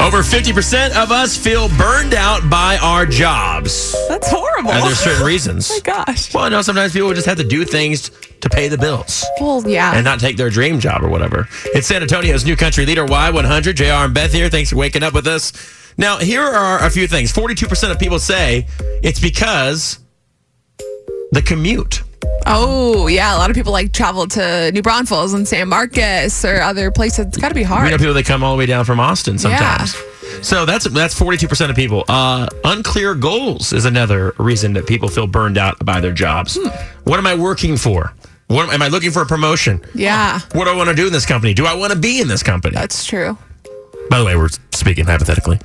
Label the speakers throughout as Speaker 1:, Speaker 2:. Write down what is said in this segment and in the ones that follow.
Speaker 1: Over 50% of us feel burned out by our jobs.
Speaker 2: That's horrible.
Speaker 1: And there's certain reasons.
Speaker 2: Oh my gosh.
Speaker 1: Well, I know sometimes people just have to do things to pay the bills
Speaker 2: Well, yeah.
Speaker 1: and not take their dream job or whatever. It's San Antonio's new country leader, Y100. JR and Beth here. Thanks for waking up with us. Now, here are a few things 42% of people say it's because the commute.
Speaker 2: oh, yeah. A lot of people like travel to New Braunfels and San Marcos or other places. It's got to be
Speaker 1: We know
Speaker 2: hard.
Speaker 1: people that come all the way down from Austin sometimes. So that's that's forty two percent of people. Uh, unclear goals is another reason that people feel burned out by their jobs.
Speaker 2: Hmm.
Speaker 1: What am I working for? What am, am I looking for a promotion?
Speaker 2: Yeah,
Speaker 1: What do I want to do in this company? Do I want to be in this company?
Speaker 2: that's true.
Speaker 1: By the way, we're speaking hypothetically.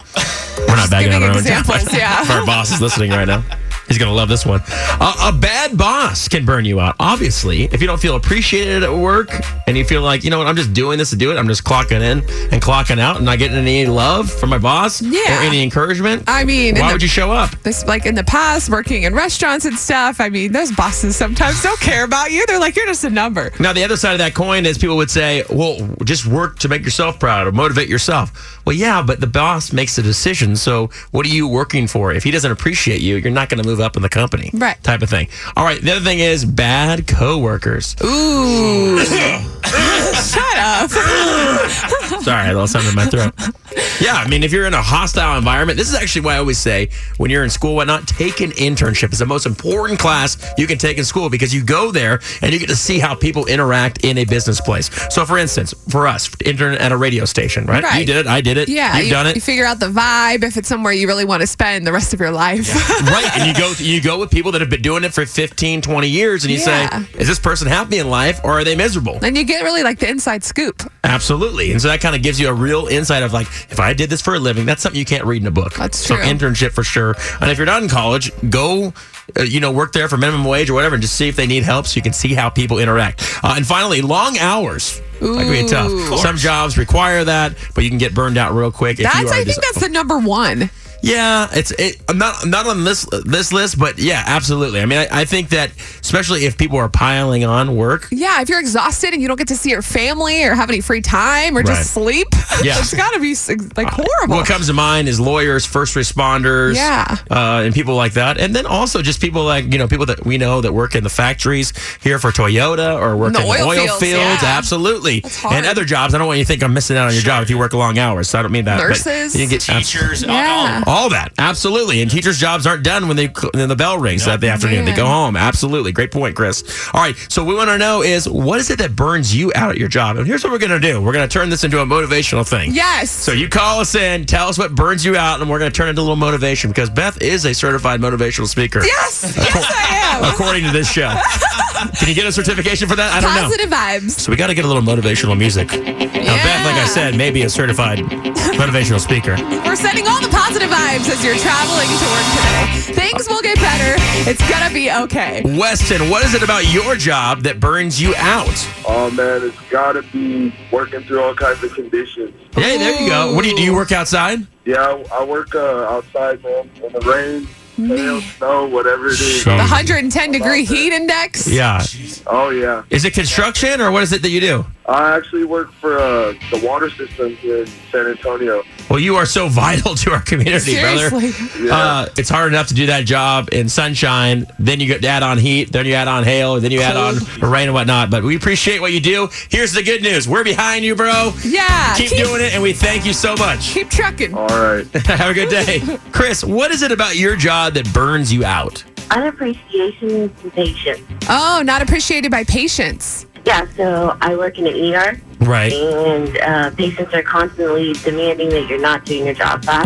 Speaker 1: We're not backing out
Speaker 2: giving
Speaker 1: our own
Speaker 2: examples,
Speaker 1: job.
Speaker 2: yeah.
Speaker 1: If our boss is listening right now. He's going to love this one. Uh, a bad boss can burn you out. Obviously, if you don't feel appreciated at work and you feel like, you know what, I'm just doing this to do it, I'm just clocking in and clocking out and not getting any love from my boss
Speaker 2: Yeah.
Speaker 1: or any encouragement.
Speaker 2: I mean, in
Speaker 1: why
Speaker 2: the-
Speaker 1: would you show up?
Speaker 2: This, like in the past, working in restaurants and stuff. I mean, those bosses sometimes don't care about you. They're like, you're just a number.
Speaker 1: Now, the other side of that coin is people would say, well, just work to make yourself proud or motivate yourself. Well, yeah, but the boss makes the decision. So, what are you working for? If he doesn't appreciate you, you're not going to move up in the company.
Speaker 2: Right.
Speaker 1: Type of thing. All right. The other thing is bad coworkers.
Speaker 2: Ooh. Shut up.
Speaker 1: Sorry, I lost something in my throat. Yeah, I mean, if you're in a hostile environment, this is actually why I always say when you're in school, why not take an internship? It's the most important class you can take in school because you go there and you get to see how people interact in a business place. So, for instance, for us, intern at a radio station, right?
Speaker 2: Right.
Speaker 1: You did it, I did it,
Speaker 2: Yeah,
Speaker 1: you've
Speaker 2: you,
Speaker 1: done it,
Speaker 2: you figure out the vibe if it's somewhere you really want to spend the rest of your life.
Speaker 1: right and you go you go with people that have been doing it for 15 20 years and you
Speaker 2: Yeah.
Speaker 1: say is this person happy in life or are they miserable
Speaker 2: and you get really like the inside scoop.
Speaker 1: absolutely and so that kind of gives you a real insight of like if i did this for a living that's something you can't read in a book
Speaker 2: That's
Speaker 1: so
Speaker 2: true.
Speaker 1: internship for sure and if you're not in college go uh, you know work there for minimum wage or whatever and just see if they need help so you can see how people interact uh, and finally long hours that can be tough
Speaker 2: Ooh. Of
Speaker 1: some jobs require that but you can get burned out real quick if you
Speaker 2: That's
Speaker 1: are
Speaker 2: I think
Speaker 1: just-
Speaker 2: that's the number one.
Speaker 1: yeah, it's it, I'm not I'm not on this this list, but yeah, absolutely. I mean, I, I think that especially if people are piling on work,
Speaker 2: Yeah, if you're exhausted and you don't get to see your family or have any free time or just sleep,
Speaker 1: Yeah. Uh,
Speaker 2: it's got to be like horrible.
Speaker 1: what comes to mind is lawyers, first responders,
Speaker 2: Yeah.
Speaker 1: uh, and people like that, and then also just people like you know people that we know that work in the factories here for Toyota or work
Speaker 2: the
Speaker 1: in
Speaker 2: oil
Speaker 1: oil
Speaker 2: fields,
Speaker 1: fields,
Speaker 2: yeah.
Speaker 1: absolutely,
Speaker 2: hard.
Speaker 1: and other jobs. I don't want you to think I'm missing out on your job if you work long hours. So I don't mean that. but
Speaker 2: Nurses.
Speaker 1: you can get
Speaker 3: Teachers, all-
Speaker 2: Yeah.
Speaker 3: all-
Speaker 1: All that, absolutely. And teachers' jobs aren't done when they when the bell rings that the afternoon. They
Speaker 2: man.
Speaker 1: go home. Absolutely, great point, Chris. All right, so we want to know is what is it that burns you out at your job? And here's what we're gonna do: we're gonna turn this into a motivational thing.
Speaker 2: Yes.
Speaker 1: So you call us in, tell us what burns you out, and we're gonna turn it into a little motivation because Beth is a certified motivational speaker.
Speaker 2: yes, yes, I am.
Speaker 1: According to this show, can you get a certification for that? I don't know.
Speaker 2: Positive vibes.
Speaker 1: So we got to get a little motivational music. Now, Beth, like I
Speaker 2: Yeah.
Speaker 1: said, may be a certified motivational speaker.
Speaker 2: We're sending all the positive vibes as you're traveling to work today. Things will get better. It's gonna be okay.
Speaker 1: Weston, what is it about your job that burns you out?
Speaker 4: Oh man, it's gotta be working through all kinds of conditions.
Speaker 1: Hey, there you go. What do you do? You work outside?
Speaker 4: Yeah, I, I work uh, outside, man, in the rain, hail, snow, whatever it is.
Speaker 2: The 110 degree heat index.
Speaker 1: Yeah.
Speaker 4: Oh yeah,
Speaker 1: Is it construction or what is it that you do?
Speaker 4: I actually work for uh, the water system here in San Antonio.
Speaker 1: Well, you are so vital to our community, brother.
Speaker 2: Seriously.
Speaker 1: Uh, it's hard enough to do that job in sunshine. Then you get add on heat. Then you add on hail. Then you add on rain and whatnot. But we appreciate what you do. Here's the good news: we're behind you, bro.
Speaker 2: Yeah.
Speaker 1: Keep doing it, and we thank you so much.
Speaker 2: Keep trucking.
Speaker 4: All right.
Speaker 1: Have a good day, Chris. What is it about your job that burns you out?
Speaker 5: Unappreciation and patience.
Speaker 2: Oh, not appreciated by patients.
Speaker 5: Yeah, so I work in an ER,
Speaker 1: Right.
Speaker 5: and uh, patients are constantly demanding that you're not doing your job fast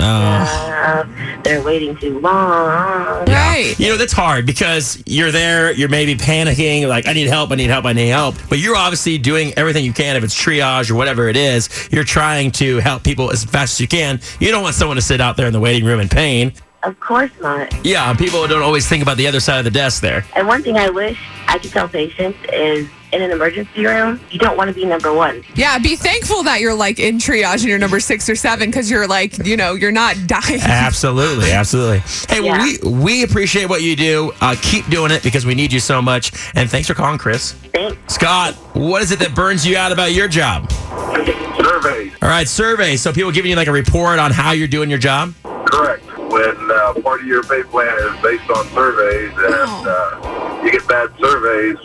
Speaker 5: enough. They're waiting too long.
Speaker 2: Right.
Speaker 1: You know, that's hard because you're there, you're maybe panicking, like, I need help, I need help, I need help. But you're obviously doing everything you can, if it's triage or whatever it is, you're trying to help people as fast as you can. You don't want someone to sit out there in the waiting room in pain.
Speaker 5: Of course not.
Speaker 1: Yeah, people don't always think about the other side of the desk there.
Speaker 5: And one thing I wish I could tell patients is in an emergency room, you don't want to be number one.
Speaker 2: Yeah, be thankful that you're like in triage and you're number six or seven because you're like, you know, you're not dying.
Speaker 1: Uh, Absolutely, absolutely. Hey, well,
Speaker 5: Yeah.
Speaker 1: we we appreciate what you do. Uh, keep doing it because we need you so much. And thanks for calling, Chris.
Speaker 5: Thanks.
Speaker 1: Scott, what is it that burns you out about your job?
Speaker 4: Sir, surveyed.
Speaker 1: All right, survey. So people giving you like a report on how you're doing your job.
Speaker 4: Correct. When uh, part of your pay plan is based on surveys, and uh, you get bad surveys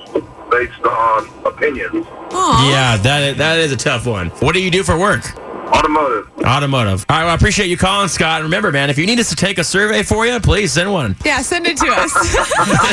Speaker 4: based on opinions.
Speaker 2: Aw.
Speaker 1: Yeah, that that is a tough one. What do you do for work?
Speaker 4: Automotive.
Speaker 1: Automotive. All right, well, I appreciate you calling, Scott. And remember, man, if you need us to take a survey for you, please send one.
Speaker 2: Yeah, send it to us.